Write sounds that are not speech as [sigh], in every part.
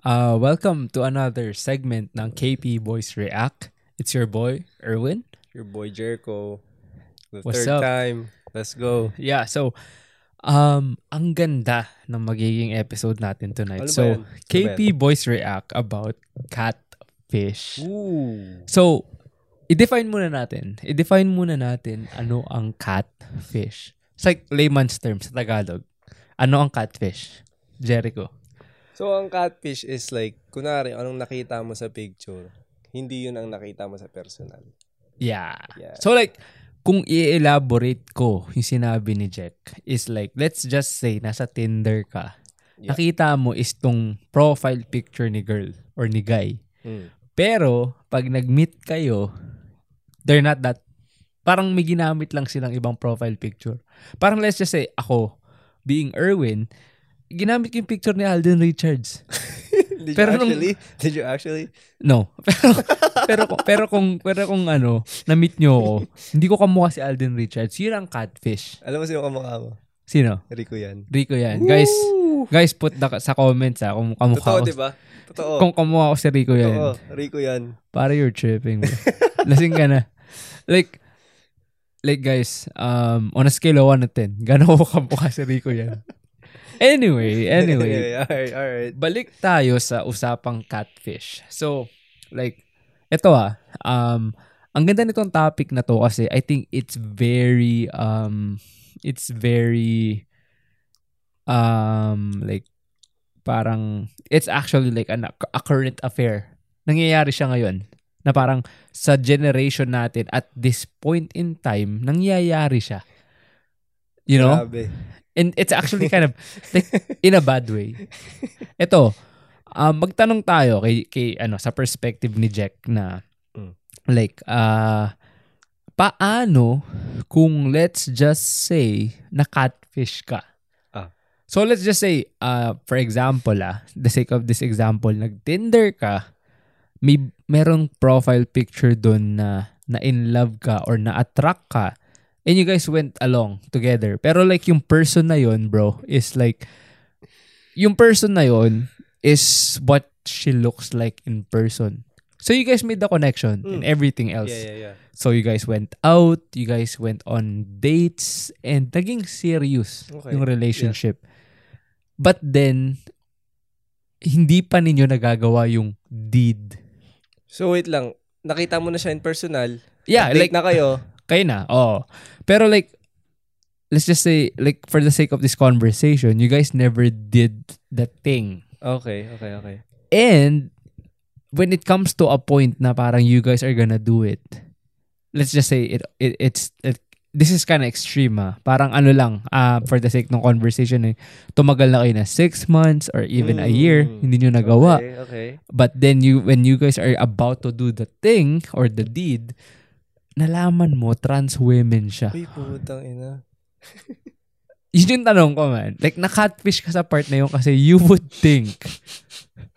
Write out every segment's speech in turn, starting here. Uh, welcome to another segment ng KP Boys React. It's your boy, Erwin. Your boy Jericho. The What's third up? time. Let's go. Yeah, so um ang ganda ng magiging episode natin tonight. Ano ba so, yan? Ano ba KP Boys React about catfish. Ooh. So, i-define muna natin. I-define muna natin ano ang catfish. It's like layman's terms sa Tagalog. Ano ang catfish? Jericho. So, ang catfish is like, kunwari, anong nakita mo sa picture, hindi yun ang nakita mo sa personal. Yeah. Yeah. So like, kung i-elaborate ko yung sinabi ni Jack, is like, let's just say, nasa Tinder ka. Yeah. Nakita mo is tong profile picture ni girl or ni guy. Mm. Pero, pag nag-meet kayo, they're not that. Parang may ginamit lang silang ibang profile picture. Parang let's just say, ako, being Erwin, ginamit ko yung picture ni Alden Richards. [laughs] Did Pero you nung- actually? [laughs] Did you actually? No. [laughs] Pero pero pero kung pero kung ano, na-meet nyo ako, hindi ko kamukha si Alden Richards. Yun ang catfish. Alam mo sino kamukha mo? Sino? Rico yan. Rico yan. Guys, Woo! guys put the, sa comments ha kung kamukha Totoo, ko. di ba? Totoo. Kung kamukha ko si Rico yan. Totoo. Rico yan. [laughs] Para you're tripping. bro. Lasing ka na. Like like guys, um on a scale of 1 to 10, gaano ko kamukha si Rico yan? Anyway, [laughs] anyway. alright, alright. balik tayo sa usapang catfish. So, like, eto ah, um, ang ganda nitong topic na to kasi I think it's very, um, it's very, um, like, parang, it's actually like an, a current affair. Nangyayari siya ngayon. Na parang sa generation natin at this point in time, nangyayari siya. You know? Grabe. And it's actually kind of like in a bad way. Ito, um, magtanong tayo kay, kay ano sa perspective ni Jack na Mm. like uh, paano kung let's just say na catfish ka. Ah. So let's just say uh, for example ah, the sake of this example, nag-Tinder ka, may merong profile picture doon na na in love ka or na attract ka and you guys went along together. Pero like yung person na yon, bro, is like yung person na yon is what she looks like in person. So you guys made the connection and Mm. everything else. Yeah, yeah, yeah. So you guys went out, you guys went on dates and naging serious Okay. yung relationship. But then hindi pa ninyo nagagawa yung deed. So, wait lang. Nakita mo na siya in personal. Yeah, Date Ah, like na kayo. [laughs] Kayo na, oo. Pero like, let's just say, like, for the sake of this conversation, you guys never did the thing. Okay, okay, okay. And, when it comes to a point na parang you guys are gonna do it, let's just say, it, it it's, it, this is kind of extreme ah. Parang ano lang, ah for the sake ng conversation eh, tumagal na kayo na six months or even a year, Mm. hindi nyo nagawa. Okay, okay. But then you when you guys are about to do the thing or the deed, nalaman mo trans women siya. Uy, putang ina. Yun yung tanong ko man. Like na-catfish ka sa part na yun kasi you would think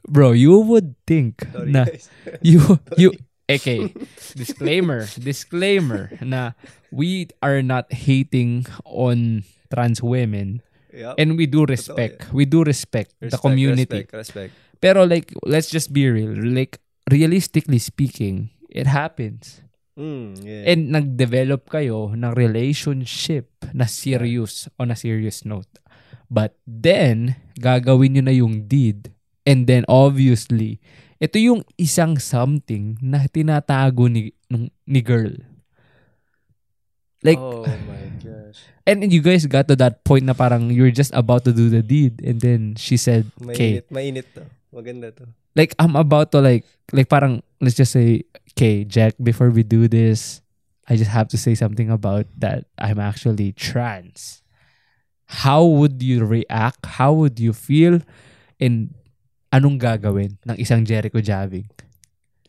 bro, you would think Sorry, na guys. [laughs] you you [laughs] okay, disclaimer, disclaimer na we are not hating on trans women Yup. and we do respect. We do respect, the Respect, community. Respect, respect. Pero like, let's just be real. Like, realistically speaking, it happens. Mm, yeah. And nag-develop kayo ng relationship na serious on a serious note. But then, gagawin nyo na yung deed. And then, obviously, ito yung isang something na tinatago ni, nung, ni girl. Like, oh my gosh. and, and you guys got to that point na parang you're just about to do the deed. And then, she said, okay, Mainit, mainit to. Maganda to. like I'm about to like like parang let's just say okay Jack before we do this I just have to say something about that I'm actually trans how would you react how would you feel and anong gagawin ng isang Jericho Javing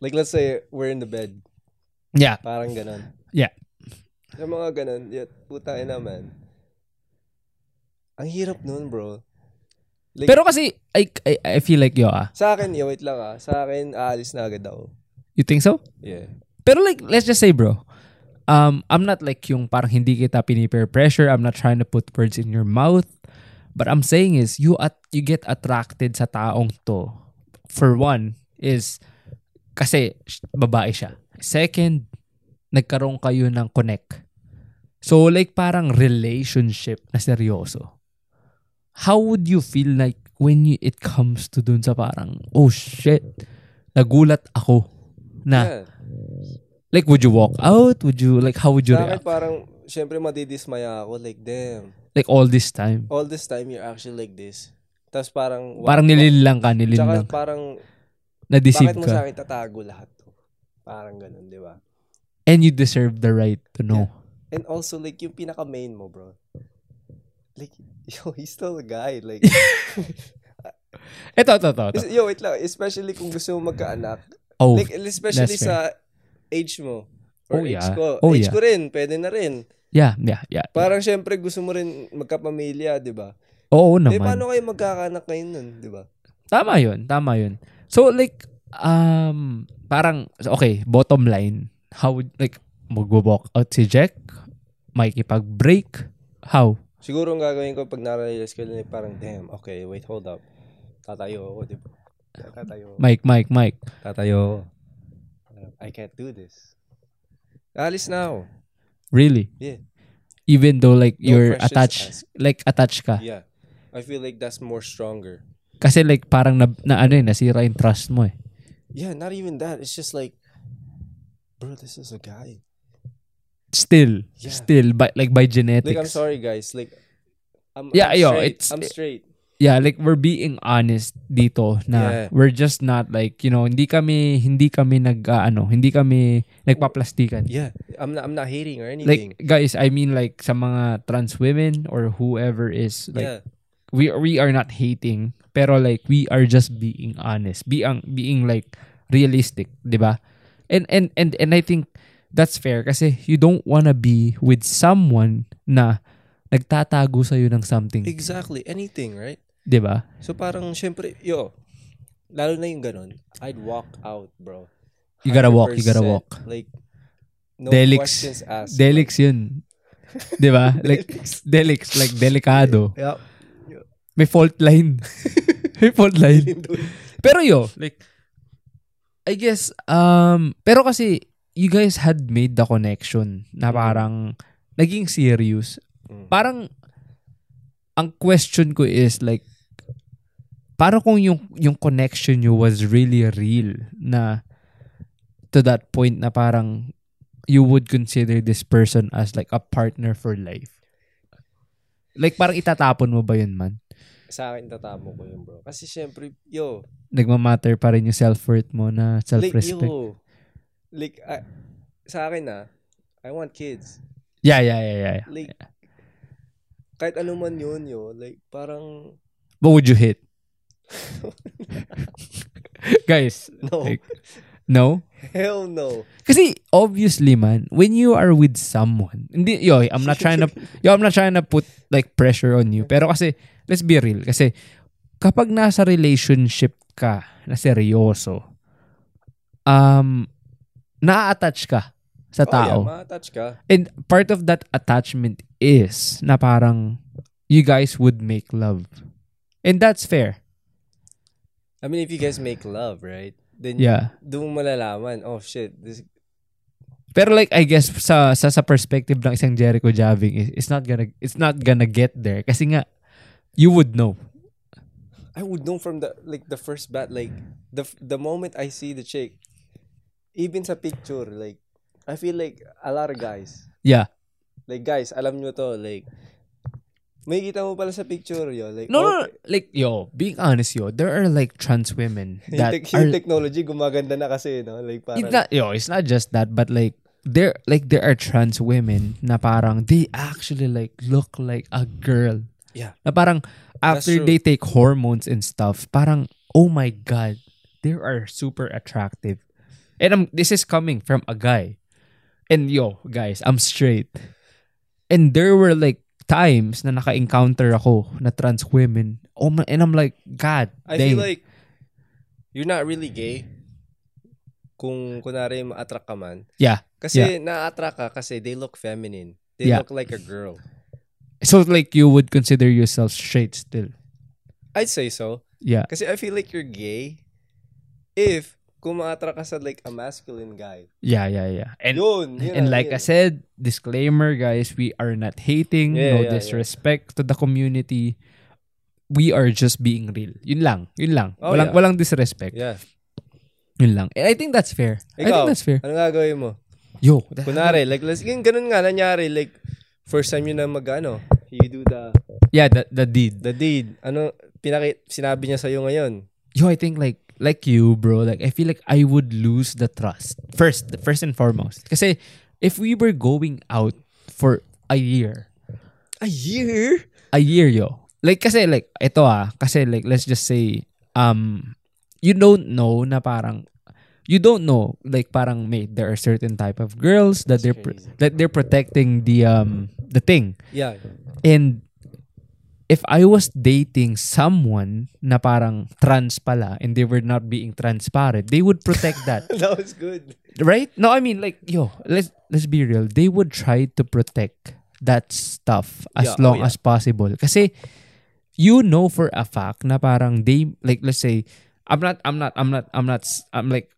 Like, let's say, we're in the bed. yeah Parang ganon. Yeah. Yung mga ganon, yeah, puta ina man. Ang hirap nun, bro. Like, pero kasi I I, I feel like yo ah sa akin, yeah, wait lang ah. Sa akin, aalis na agad ako. you think so Yeah. Pero like, let's just say, bro, um, I'm not like yung parang hindi kita pinipeer pressure. I'm not trying to put words in your mouth. But I'm saying is, you at you get attracted sa taong to for one, is kasi sh- babae siya. Second, nagkaroon kayo ng connect. So like parang relationship na seryoso. How would you feel like when you, it comes to dun sa parang, oh shit, nagulat ako na, Yeah. like would you walk out? Would you, like how would you Sa akin, react? parang, syempre madidismaya ako. Like, damn. Like all this time. All this time, you're actually like this. Tapos parang, Parang nililang ka, Tsaka nililang. parang, Na-deceive bakit mo ka. sa akin tatago lahat to? Parang ganun, di ba? And you deserve the right to know. And also, like, yung pinaka-main mo, bro. Like, [laughs] yo, he's still a guy. [laughs] Like, Ito, ito, ito. ito. is- yo, wait lang. Especially kung gusto mo magkaanak. Oh, Like, especially that's sa age mo. Or Oh, age yeah. ko. Oh, age yeah. ko rin. Pwede na rin. yeah, yeah, yeah. Parang, syempre, gusto mo rin magkapamilya, di ba? Oo Eh, naman. paano kayo magkakaanak ngayon nun, di ba? Tama yun, tama yun. So like, um, parang, okay, bottom line, how would, like, mag-walk out si Jack, makikipag-break, how? Siguro ang gagawin ko pag na-realize ko na parang, damn, okay, wait, hold up. Tatayo ako, di ba? Tatayo ako. Mike, Mike, Mike. Tatayo ako. Parang, Uh, I can't do this. Alis na ako. Really? Yeah. Even though like No you're questions attached, asked. like attached ka. Yeah. I feel like that's more stronger. Kasi like parang na, na ano eh, nasira yung trust mo eh. Yeah, not even that. It's just like, bro, this is a guy. Still, Yeah. still, by, like by genetics. Like, I'm sorry, guys. Like, I'm, Yeah, I'm yo, straight. it's- I'm straight. Yeah, like we're being honest dito na Yeah. we're just not like, you know, hindi kami hindi kami nag ah, ano, hindi kami nagpaplastikan. Yeah, I'm not, I'm not hating or anything. Like guys, I mean like sa mga trans women or whoever is like yeah, we we are not hating, pero like we are just being honest, being being like realistic, 'di ba? And and and and I think that's fair kasi you don't wanna be with someone na nagtatago sa ng something, exactly. Anything, right? 'di ba? So parang syempre, yo, lalo na yung ganun, I'd walk out, bro. You gotta walk, you gotta 100%. walk. Like, no Delix. questions asked. [laughs] Delix yun. 'Di ba? Like delix, like delikado. yeah. May fault line. May fault line. Pero yo, like I guess um pero kasi you guys had made the connection na parang naging serious. Mm-hmm. Mm. Parang ang question ko is like parang kung yung yung connection nyo was really real na to that point na parang you would consider this person as like a partner for life. Like parang itatapon mo ba yun man? Sa akin, tatamo ko yun, bro. Kasi syempre, yo, Nagmamatter pa rin yung self-worth mo na self-respect. Like, yo, like, ah, sa akin ah, I want kids. Yeah, yeah, yeah, yeah. yeah. Like, kahit ano man yun, yo, like, parang, [laughs] What would you hit? Guys, no, Like- no? hell no. Kasi obviously man, when you are with someone, hindi, yo, I'm not trying to yo, I'm not trying to put like pressure on you. Pero kasi let's be real kasi kapag nasa relationship ka na seryoso, um na-attach ka sa tao. Oh, yeah, ma-touch ka. And part of that attachment is na parang you guys would make love. And that's fair. I mean, if you guys make love, right? Then, Yeah. doon mo malalaman, oh shit, this, Pero like I guess sa sa, sa perspective ng isang Jericho Javing is it's not gonna it's not gonna get there kasi nga you would know. I would know from the, like, the first bat, like, the, f- the moment I see the chick, even sa picture, like, I feel like a lot of guys, Yeah. Like guys, alam nyo to, like may kita mo pala sa picture yo, like No, no, oh, no. like yo, being honest yo, there are like trans women yung, that tech- yung are technology gumaganda na kasi no, like parang it's not yo, it's not just that but like there like there are trans women na parang they actually like look like a girl. Yeah. Na parang That's after true. they take hormones and stuff, parang oh my god, they are super attractive. And I'm, this is coming from a guy. And yo, guys, I'm straight. And there were like times na naka-encounter ako na trans women. Oh my, and I'm like, God, I dang. feel like you're not really gay kung kunwari ma-attract ka man. Yeah, Kasi na-attract ka kasi they look feminine. They Yeah. look like a girl. so like you would consider yourself straight still. I'd say so. Yeah. Kasi I feel like you're gay If kumaatra ka sa like a masculine guy. Yeah, yeah, yeah. And yun, yun and ang- like I yun. said, disclaimer guys, we are not hating, no Yeah, yeah, yeah. disrespect to the community. We are just being real. Yun lang, yun lang. Oh, walang yeah. walang disrespect. Yeah. Yun lang. And I think that's fair. I Ikaw, think that's fair. Ano gagawin mo? Yo, that- Kunwari, like, let's, yung ganun nga, nangyari, like, first time yun na mag, ano, you do the, yeah, the the deed. the deed. Ano, pinaki, sinabi niya sa'yo ngayon. Yo, I think like like you, bro, like I feel like I would lose the trust. First, first and foremost. Kasi if we were going out for a year, A year? a year yo. Like kasi like ito ah, kasi like let's just say um you don't know na parang you don't know like parang mate there are certain type of girls that they're pro- that they're protecting the um the thing. Yeah. And if I was dating someone na parang trans pala and they were not being transparent, they would protect that. [laughs] That was good. right? No, I mean like yo, let's let's be real. They would try to protect that stuff as Yeah, oh long yeah. as possible. Kasi you know for a fact na parang they like let's say I'm not I'm not I'm not I'm not s- I'm like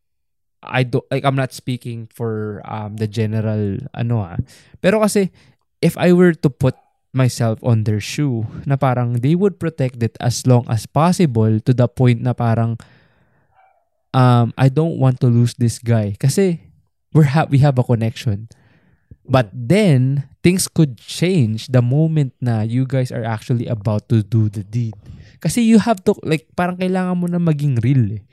I do like I'm not speaking for um the general ano ah. Pero kasi if I were to put myself on their shoe na parang they would protect it as long as possible to the point na parang um I don't want to lose this guy kasi we're ha- we have a connection. But then things could change the moment na you guys are actually about to do the deed. Kasi you have to like parang kailangan mo na maging real. Eh.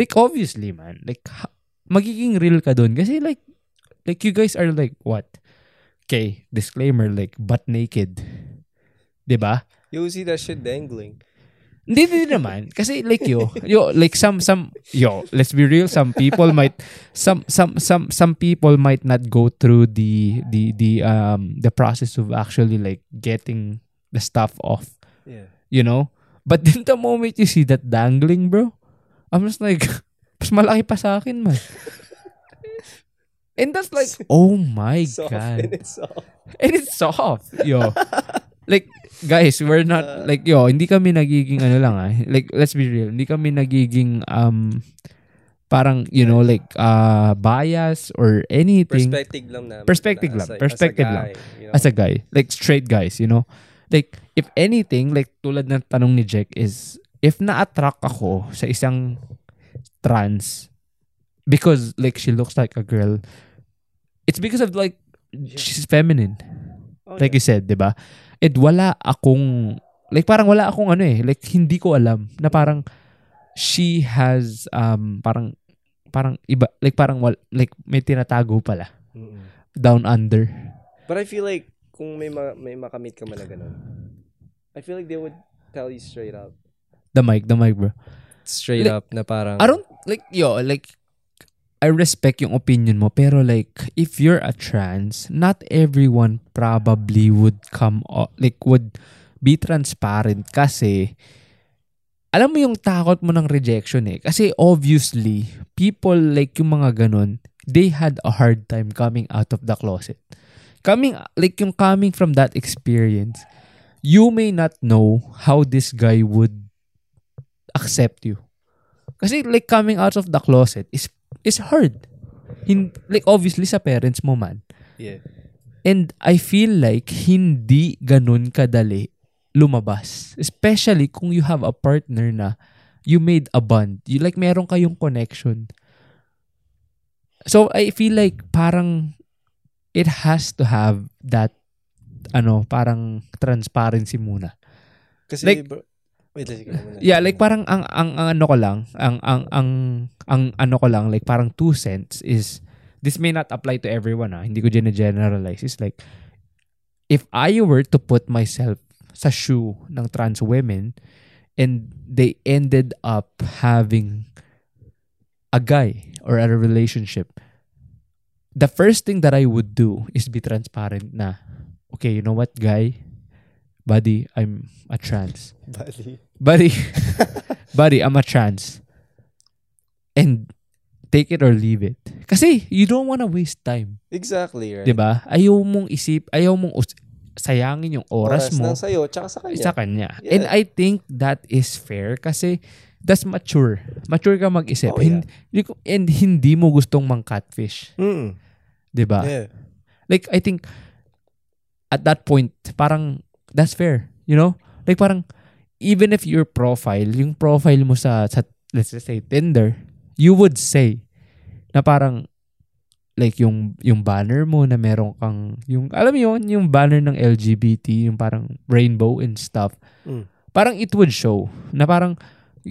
Like obviously man, like ha- magiging real ka doon kasi like like you guys are like what? Okay, disclaimer like butt naked. 'Di ba? You see that shit dangling. Hindi din naman kasi like yo, yo like some some yo, let's be real, some people might some some some some people might not go through the the the um the process of actually like getting the stuff off, Yeah. you know? But then the moment you see that dangling, bro, I'm just like [laughs] mas malaki pa sa akin, man. And that's like, oh my Soft god. and it's soft. And it's soft, yo. [laughs] like, guys, we're not, like, yo, hindi kami nagiging, ano lang ah, like, let's be real, hindi kami nagiging, um, parang, you know, like, uh, bias or anything Perspective lang naman. Perspective lang. As a- as a Perspective guy, lang. you know? as a guy. Like, straight guys, you know? Like, if anything, like, tulad ng tanong ni Jack is, if na-attract ako sa isang trans, because, like, she looks like a girl, it's because of, like, she's feminine. Oh, Like you said, 'di ba? And wala akong like parang wala akong ano eh, like hindi ko alam na parang she has um parang parang iba like parang wal, like may tinatago pala yeah. Mm-mm. down under. But I feel like kung may ma- may makamit ka man na ganun, I feel like they would tell you straight up. The mic, the mic, bro. Straight up na parang I don't like yo, like I respect yung opinion mo pero like if you're a trans, not everyone probably would come o- like would be transparent kasi alam mo yung takot mo ng rejection eh. Kasi obviously, people like yung mga ganun, they had a hard time coming out of the closet. Coming, like yung coming from that experience, you may not know how this guy would accept you. Kasi like coming out of the closet is is hard. Hin- like obviously sa parents mo man. yeah. And I feel like hindi ganun kadali lumabas. Especially kung you have a partner na you made a bond. You, like meron kayong connection. So I feel like parang it has to have that ano, parang transparency muna. Kasi like- bro, wait, lang, sige muna. Yeah, like parang ang ang, ang ano ko lang, ang ang ang ang ano ko lang like parang two cents is this may not apply to everyone ah. Hindi ko generalize. It's like if I were to put myself sa shoe ng trans women and they ended up having a guy or a relationship, the first thing that I would do is be transparent na, okay, you know what, guy? Buddy, I'm a trans [laughs] Bali. buddy, [laughs] buddy, I'm a trans. And take it or leave it. Kasi you don't wanna waste time. Exactly, right? 'di ba? Ayaw mong isip, ayaw mong us- sayangin yung oras, mo ng sayo, tsaka sa kanya. sa kanya. Yeah. And I think that is fair kasi that's mature. Mature ka mag-isip. Oh, yeah. Hin- hindi ko- and hindi mo gustong mang-catfish. Mm. 'di ba? Yeah. Like I think at that point parang that's fair, you know? Like parang even if your profile, yung profile mo sa sa let's just say Tinder, you would say na parang like yung yung banner mo na meron kang yung alam mo yun, yung banner ng LGBT, yung parang rainbow and stuff. Mm. Parang it would show na parang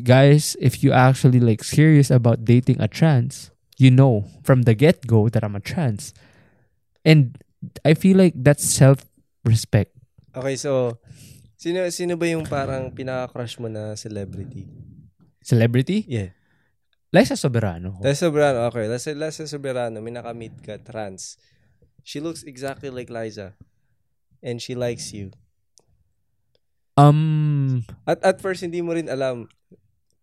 guys, if you actually like serious about dating a trans, you know from the get-go that I'm a trans. And I feel like that's self-respect. Okay, so sino sino ba yung parang pinaka-crush mo na celebrity? Celebrity? Yeah. Liza Soberano. Lesa Soberano, okay. Lesa, Lesa Soberano, may nakamit ka, trans. She looks exactly like Liza. And she likes you. Um, At at first, hindi mo rin alam.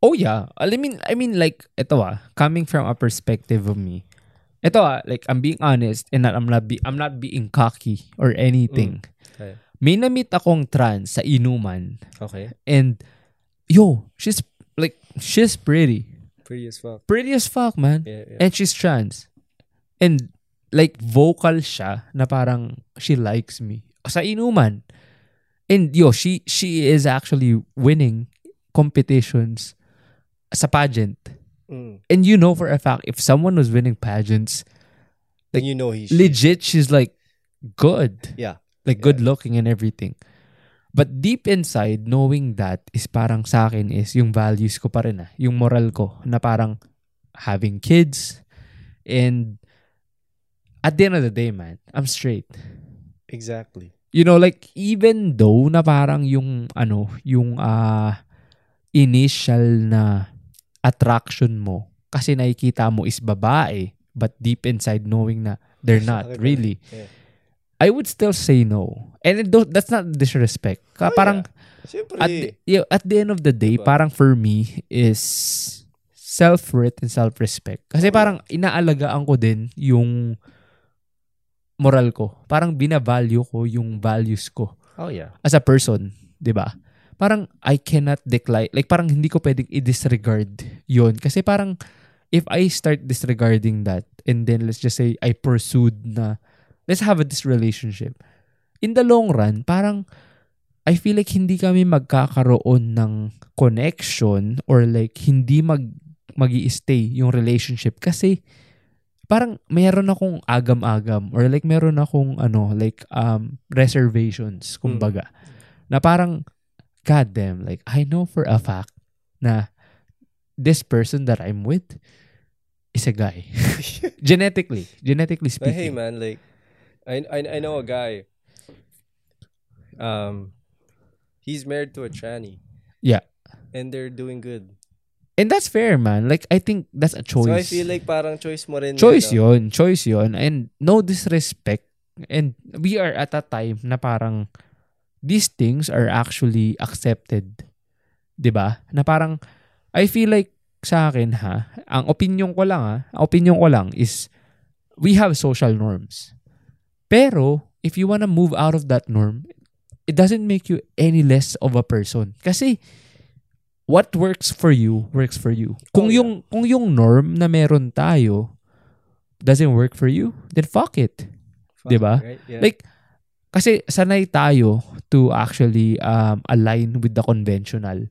oh yeah. I mean, I mean like, ito ah, coming from a perspective of me, ito ah, like I'm being honest and not, I'm not, be, I'm not being cocky or anything. Okay. May na-meet akong trans sa inuman Okay. and yo, she's like, she's pretty. Pretty as fuck. Pretty as fuck, man. Yeah, yeah. And she's trans. And like vocal siya na parang she likes me. Sa inuman. And yo, she she is actually winning competitions sa pageant. Mm. And you know for a fact if someone was winning pageants, Then you know he's legit she's like good. Yeah. Like good looking and everything. But deep inside, knowing that is parang sa akin is yung values ko pa rin ah. Yung moral ko na parang having kids and at the end of the day, man, I'm straight. Exactly. You know, like even though na parang yung ano, yung ah initial na attraction mo kasi nakikita mo is babae but deep inside knowing na they're not Okay, really. yeah. I would still say no. And it don't- that's not disrespect. Ka- Oh, parang Siyempre. at the, yeah, at the end of the day, Diba? parang for me is self-worth and self-respect. Kasi Oo. parang inaalagaan ko din yung moral ko. Parang binavalue ko yung values ko oh, yeah. as a person, 'di ba? Parang I cannot decline, like parang hindi ko pwedeng i-disregard 'yon kasi parang if I start disregarding that and then let's just say I pursued na let's have this relationship. In the long run, parang I feel like hindi kami magkakaroon ng connection or like hindi mag magi stay yung relationship kasi parang meron akong agam-agam or like meron akong ano like um reservations kumbaga na parang god damn like I know for a fact na this person that I'm with is a [laughs] guy genetically genetically But speaking hey, man, like, I, I, I know a guy. Um, he's married to a tranny. Yeah. And they're doing good. and that's fair man like I think that's a choice So I feel like parang choice mo rin. choice yon yun. choice yon and no disrespect and we are at a time na parang these things are actually accepted 'di ba na parang i feel like sa akin ha ang opinion ko lang ha ang opinion ko lang is we have social norms pero if you wanna move out of that norm it doesn't make you any less of a person kasi what works for you works for you kung Oh, yeah. yung kung yung norm na meron tayo doesn't work for you, then fuck it. Fuck, Diba? Right? Yeah. Like, kasi sanay tayo to actually um, align with the conventional.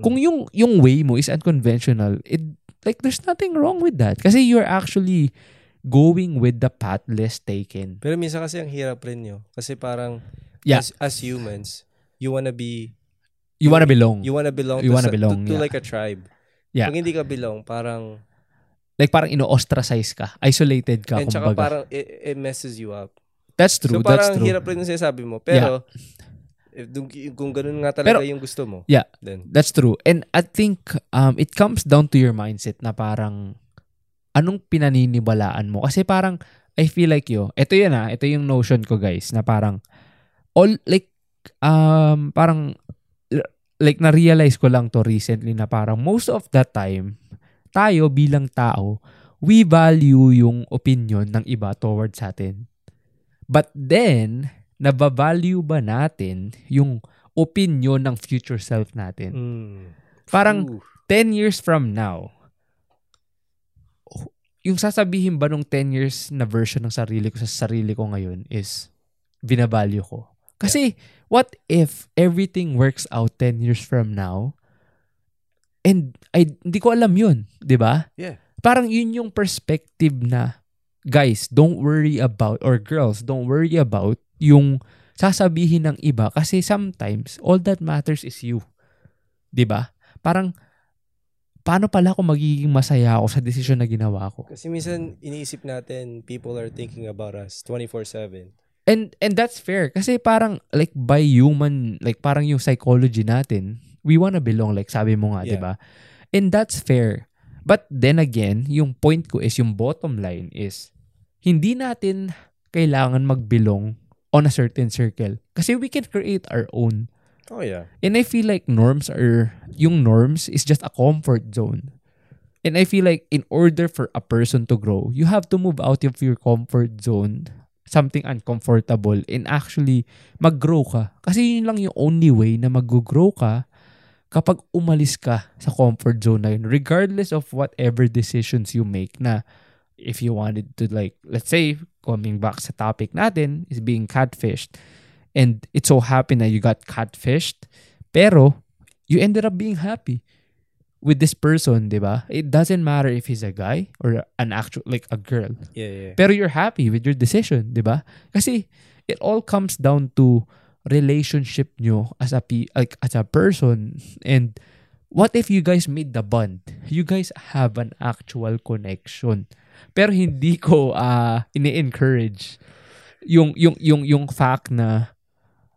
Mm. Kung yung, yung way mo is unconventional, it, like, there's nothing wrong with that. Kasi you're actually going with the path less taken. Pero minsan kasi ang hirap rin yun. Kasi parang, Yeah. as, as humans, you wanna be, You wanna belong. you wanna belong, Mm. You to, wanna sa- to- belong, to, yeah. like a tribe. Yeah. Pag hindi ka belong, parang, like, parang ino-ostracize ka. Isolated ka, and tsaka kumbaga. parang it, it messes you up. That's true, so parang that's true. hirap rin yung sinasabi mo. Pero, if, dung- kung ganun nga talaga yung gusto mo, Yeah. then, That's true. And I think um, it comes down to your mindset na parang anong pinaniniwalaan mo. Kasi parang I feel like yo, ito yun ah, ito yung notion ko guys na parang all like um parang like na-realize ko lang to recently na parang most of the time tayo bilang tao we value yung opinion ng iba towards atin. But then, nabavalue ba natin yung opinion ng future self natin? mm, Parang Ooh. 10 years from now, yung sasabihin ba nung 10 years na version ng sarili ko sa sarili ko ngayon is binabalyo ko? Kasi what if everything works out 10 years from now and I, hindi ko alam yun, di ba? Yeah. Parang yun yung perspective na guys, don't worry about or girls, don't worry about yung sasabihin ng iba kasi sometimes all that matters is you. 'Di ba? Parang paano pala ako magiging masaya ako sa desisyon na ginawa ko? Kasi minsan iniisip natin people are thinking about us 24/7. And and that's fair kasi parang like by human like parang yung psychology natin, we wanna belong like sabi mo nga, 'di Yeah. ba? And that's fair. But then again, yung point ko is yung bottom line is hindi natin kailangan magbelong on a certain circle kasi we can create our own. Oh yeah. And I feel like norms are yung norms is just a comfort zone. And I feel like in order for a person to grow, you have to move out of your comfort zone, something uncomfortable, and actually mag-grow ka. Kasi yun lang yung only way na mag-grow ka kapag umalis ka sa comfort zone na yun, regardless of whatever decisions you make na if you wanted to like, let's say, coming back sa topic natin, is being catfished. And it so happened that you got catfished, pero you ended up being happy with this person, di ba? It doesn't matter if he's a guy or an actual, like a girl. Yeah, yeah. Pero you're happy with your decision, di ba? Kasi it all comes down to relationship nyo as a, pe- like, as a person. And what if you guys made the bond? You guys have an actual connection. Pero hindi ko ah ini-encourage yung, yung, yung, yung fact na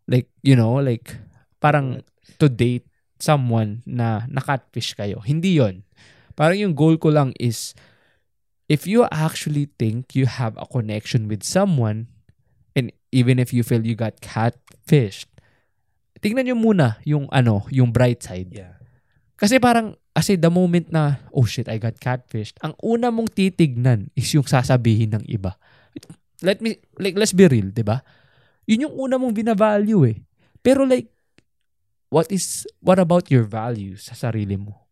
like, you know, like parang to date someone na nakatfish kayo. Hindi yon Parang yung goal ko lang is if you actually think you have a connection with someone, and even if you feel you got catfished, tignan nyo muna yung ano, yung bright side. Yeah. Kasi parang, kasi the moment na, oh shit, I got catfished, ang una mong titignan is yung sasabihin ng iba. Let me, like, let's be real, di ba? Yun yung una mong binavalue eh. Pero like, what is, what about your values sa sarili mo?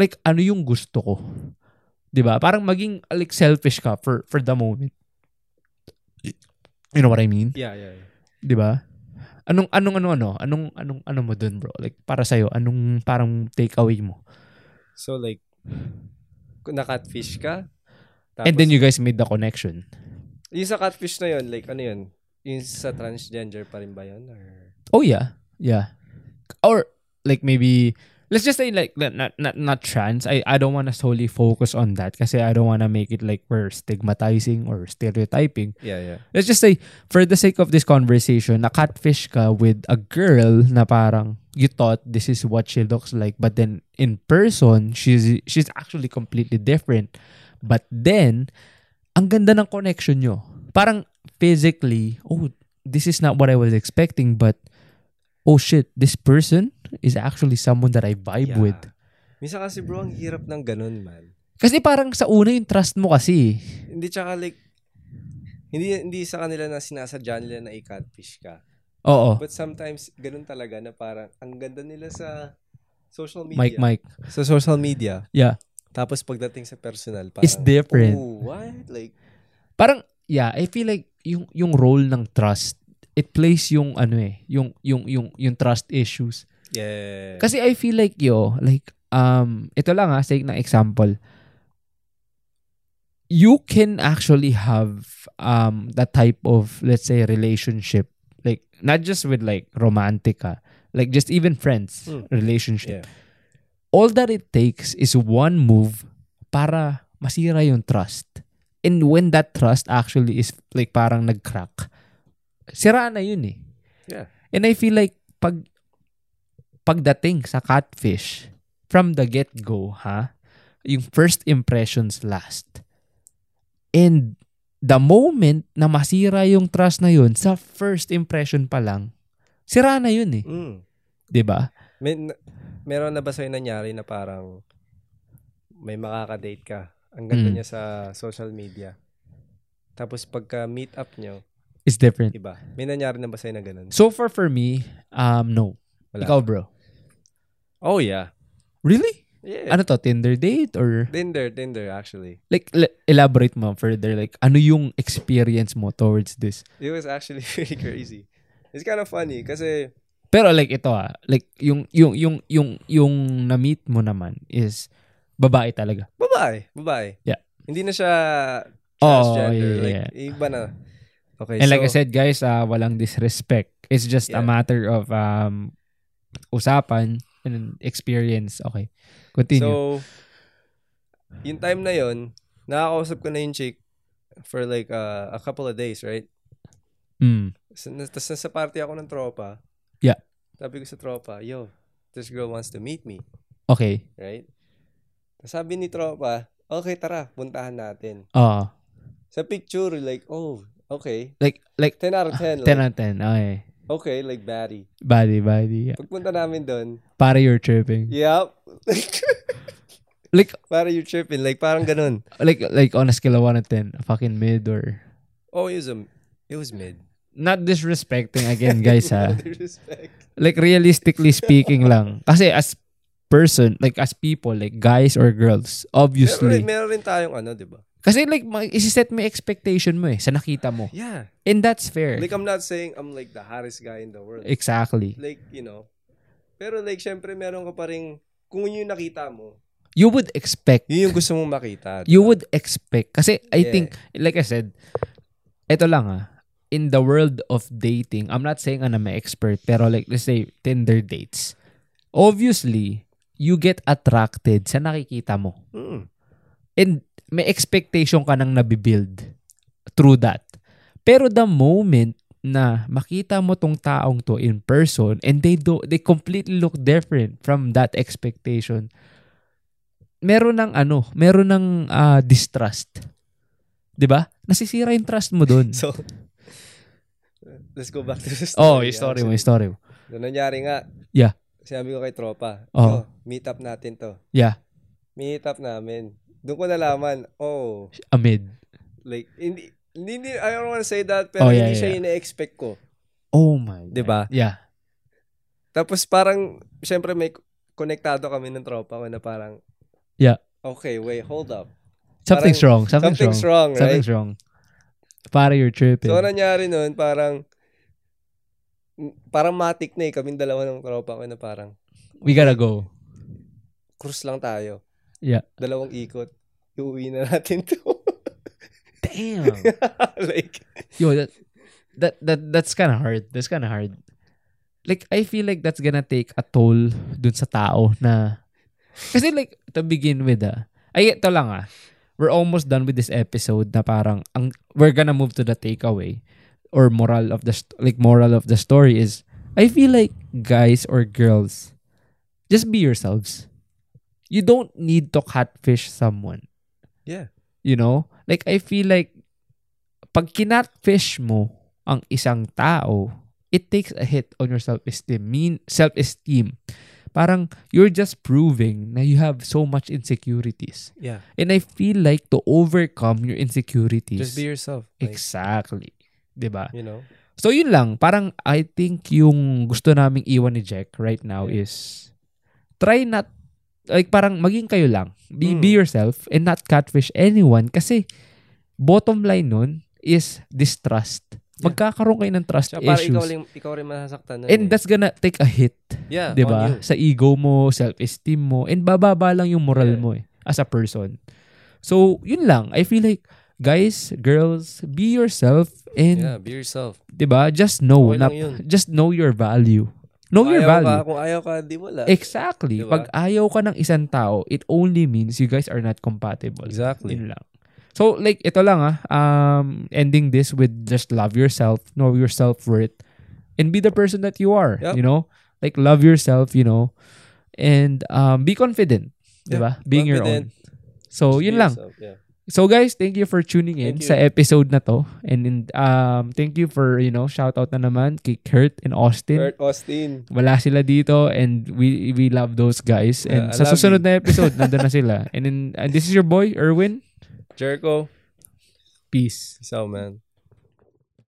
Like, ano yung gusto ko? Di ba? Parang maging like selfish ka for, for the moment. You know what I mean? Yeah, yeah. yeah. Di ba? Anong anong ano ano? Anong anong ano mo dun, bro? Like para sa anong parang takeaway mo? So like kung na-catfish ka. And then you guys made the connection. Yung sa catfish na yun, like ano yun? Yung sa transgender pa rin ba yun? Or... Oh yeah. Yeah. Or like maybe let's just say like not not not, not trans. I I don't want to solely focus on that kasi I don't want to make it like we're stigmatizing or stereotyping. Yeah, yeah. Let's just say for the sake of this conversation, na catfish ka with a girl na parang you thought this is what she looks like but then in person she's she's actually completely different. But then ang ganda ng connection nyo. Parang physically, oh, this is not what I was expecting, but oh shit, this person is actually someone that I vibe Yeah. with. Minsan kasi bro, ang hirap ng ganun, man. Kasi parang sa una yung trust mo kasi. eh. Hindi tsaka like, hindi, hindi sa kanila na sinasadya nila na i-catfish ka. Oo. But sometimes, ganun talaga na parang ang ganda nila sa social media. Mike, Mike. Sa social media. Yeah. Tapos pagdating sa personal, parang, It's different. Oh, what? Like, Parang, yeah, I feel like yung, yung role ng trust, it plays yung ano eh, yung, yung, yung, yung trust issues. yeah. Kasi I feel like yo, like um ito lang ha, sake ng example. You can actually have um that type of let's say relationship like not just with like romantic ha, like just even friends Mm. relationship. Yeah. All that it takes is one move para masira yung trust. And when that trust actually is like parang nag-crack, sira na yun eh. Yeah. And I feel like pag pagdating sa catfish from the get-go, ha? Yung first impressions last. And the moment na masira yung trust na yun sa first impression pa lang, sira na yun eh, Diba? Mm. 'di ba? May, na- meron na ba sa'yo nangyari na parang may makakadate ka? Ang ganda Mm. niya sa social media. Tapos pagka meet up nyo, It's different. iba. May nangyari na ba sa'yo na ganun? So far for me, um no. Wala. Ikaw, bro. Oh, yeah. Really? Yeah. Ano to, Tinder date or Tinder, Tinder actually. like l- elaborate mo further like ano yung experience mo towards this? It was actually [laughs] pretty crazy. It's kind of funny eh, kasi Pero like ito ah, like yung yung yung yung yung na-meet mo naman is babae talaga. babae, babae. Yeah. Hindi na siya Oh, transgender. yeah, like, yeah. Iba na. Okay, And so, like I said guys, ah walang disrespect. It's just a Yeah. matter of um usapan and experience. Okay. Continue. So, yung time na yon, nakakausap ko na yung chick for like uh, a couple of days, right? mm. So, nas- tas nasa party ako ng tropa. Yeah. Sabi ko sa tropa, yo, this girl wants to meet me, Okay. right? Tas Sabi ni tropa, okay, tara, puntahan natin. Ah, Sa picture, like, oh, okay. like like 10 out of 10 10. like, out of 10. Okay. okay, like, baddie. Body, body. Yeah. Pagpunta namin doon, Para you're tripping. [laughs] yep. Like Para you tripping, like, parang ganun. like like on a scale of 1 to 10, fucking mid or Oh, it was, a, it was mid. not disrespecting again guys ah, ha. [laughs] With respect. [laughs] like realistically speaking lang kasi as person like as people like guys or girls Meron rin, obviously meron rin tayong ano, di ba? kasi like mag- isiset mo yung expectation mo eh sa nakita mo Yeah. and that's fair Like, I'm not saying I'm like the hottest guy in the world. exactly Like, you know. Pero like, syempre, meron ka pa rin, kung yun yung nakita mo. you would expect [laughs] Yun yung gusto mong makita. you would expect kasi I Yeah. think like I said eto lang ah in the world of dating I'm not saying na may expert pero like let's say Tinder dates obviously you get attracted sa nakikita mo Mm. And may expectation ka nang nabibuild through that. Pero the moment na makita mo tong taong to in person and they do they completely look different from that expectation meron ng ano meron ng ah, distrust 'di ba nasisira yung trust mo doon So, [laughs] let's go back to the story. ah. oh yung story mo yung story mo So, nangyari nga. Yeah. Sabi ko kay tropa, Oo. oh. meet up natin to. yeah Meet up namin. Doon ko nalaman, oh, amid like, hindi, hindi, hindi- I don't wanna say that, pero Oh, yeah, yeah, hindi siya yeah. ina-expect ko. oh my God. 'Di ba? yeah Tapos parang, syempre may konektado kami ng tropa ko na parang, Yeah. Okay, wait, hold up. something's wrong something's, Something's wrong, wrong, right? something's wrong para you're tripping So, ang nangyari nun, parang, parang matik na eh, kaming dalawa ng tropa ko na parang, we gotta go cruise lang tayo. Yeah. Dalawang ikot. Iuwi na natin to. [laughs] damn like, Yo, that that that that's kind of hard. That's kind of hard. Like I feel like that's gonna take a toll dun sa tao na kasi like to begin with ah. Ay ito lang ah. We're almost done with this episode na parang ang we're gonna move to the takeaway or moral of the st- like moral of the story is I feel like guys or girls just be yourselves. You don't need to catfish someone. Yeah. You know? Like I feel like pag kinatfish mo ang isang tao, it takes a hit on your self-esteem. Mean self-esteem. Parang you're just proving na you have so much insecurities. yeah. And I feel like to overcome your insecurities. Just be yourself. Like, exactly. Diba? 'Di ba? you know? So yun lang, parang I think yung gusto naming iwan ni Jack right now Yeah. is try not like parang maging kayo lang. Be, be Mm. yourself and not catfish anyone kasi bottom line nun is distrust. Yeah. Magkakaroon kayo ng trust Tsaka parang ikaw issues. rin, ikaw rin masasaktan. nun And eh. that's diba? gonna take a hit, yeah, 'di on ba? you. Sa ego mo, self-esteem mo, and bababa lang yung moral Yeah. mo eh, as a person. So, yun lang. I feel like guys, girls, be yourself and Yeah, be yourself. 'di ba? Just know Okay na lang yun. just know your value. Know your Ayaw ka, value. kung ayaw ka, di wala. Exactly. Di Pag ba? ayaw ka ng isang tao, it only means you guys are not compatible. Exactly. Yun lang. So like ito lang ah, um ending this with just love yourself, know your self-worth and be the person that you are, Yup. you know? Like love yourself, you know, and um be confident, 'di ba? Yeah, Being your own. So Just yun be lang. yourself, Yeah. So guys, thank you for tuning in Thank you. sa episode na to. And in, um, thank you for, you know, shout out na naman kay Kurt and Austin. Kurt Austin. Wala sila dito and we we love those guys. And Yeah, I sa love susunod you. na [laughs] episode, nandun na uh, sila. And, in, and this is your boy, Erwin. Jericho. Peace. So, man.